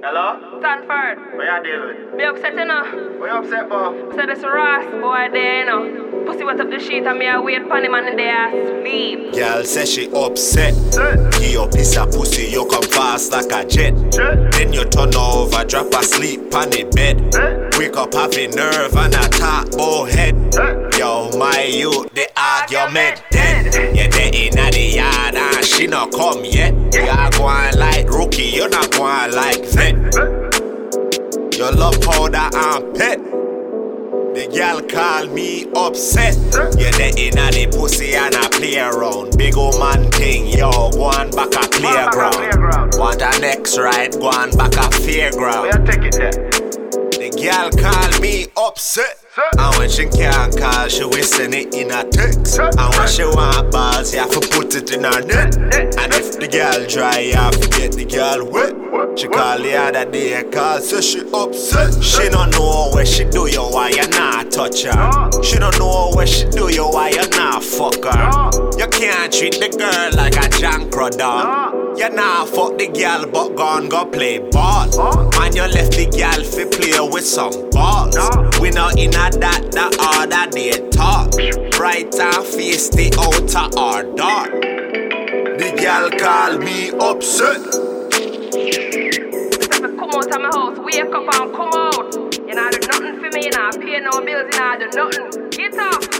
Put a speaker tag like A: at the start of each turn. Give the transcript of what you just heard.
A: Hello?
B: Stanford,
A: What you dealing
B: be upset, you know.
A: with? What you upset for?
B: So this Ross boy there, you know. Pussy was up the sheet and me I wait pon him and they are asleep.
C: Girl says she upset.
A: Shit,
C: Give your piece of pussy, you come fast like a jet.
A: shit,
C: Then you turn over, drop asleep on the bed. Wake up having nerve and a top head. Yo, my youth, the argument dead. You dead inna the yard and she not come yet. You are going like rookie, you not going like vet. Your love powder and pet. The gal call me upset. You dead inna the pussy and I play around. Big old man thing, yo, go on back
A: back a
C: a playground.
A: playground.
C: Want a next ride, go on back a fairground.
A: Where you take it there?
C: The gal call me upset.
A: Sir.
C: And when she can't call, she will send it in a text.
A: Sir.
C: And when she want balls, you have to put it in her net.
A: Net.
C: And if the gal dry, you have to get the gal wet.
A: Wet.
C: She
A: Wet.
C: call the other day, I call, so she upset. She don't know where she do you, why you not touch her.
A: No.
C: She don't know where she do you, why you not fuck her.
A: No.
C: You can't treat the girl like a junk dog.
A: No.
C: You nah fuck the gal, but gone go play ball.
A: Ball.
C: And you left the gal fi play with some balls.
A: No.
C: We not in a that the other day talk. Brighter face the outer or dark. The gal call me upset.
B: If I come out of my house, wake up and come out. You know I do nothing for me, you know I pay no bills, you know I do nothing. Get up.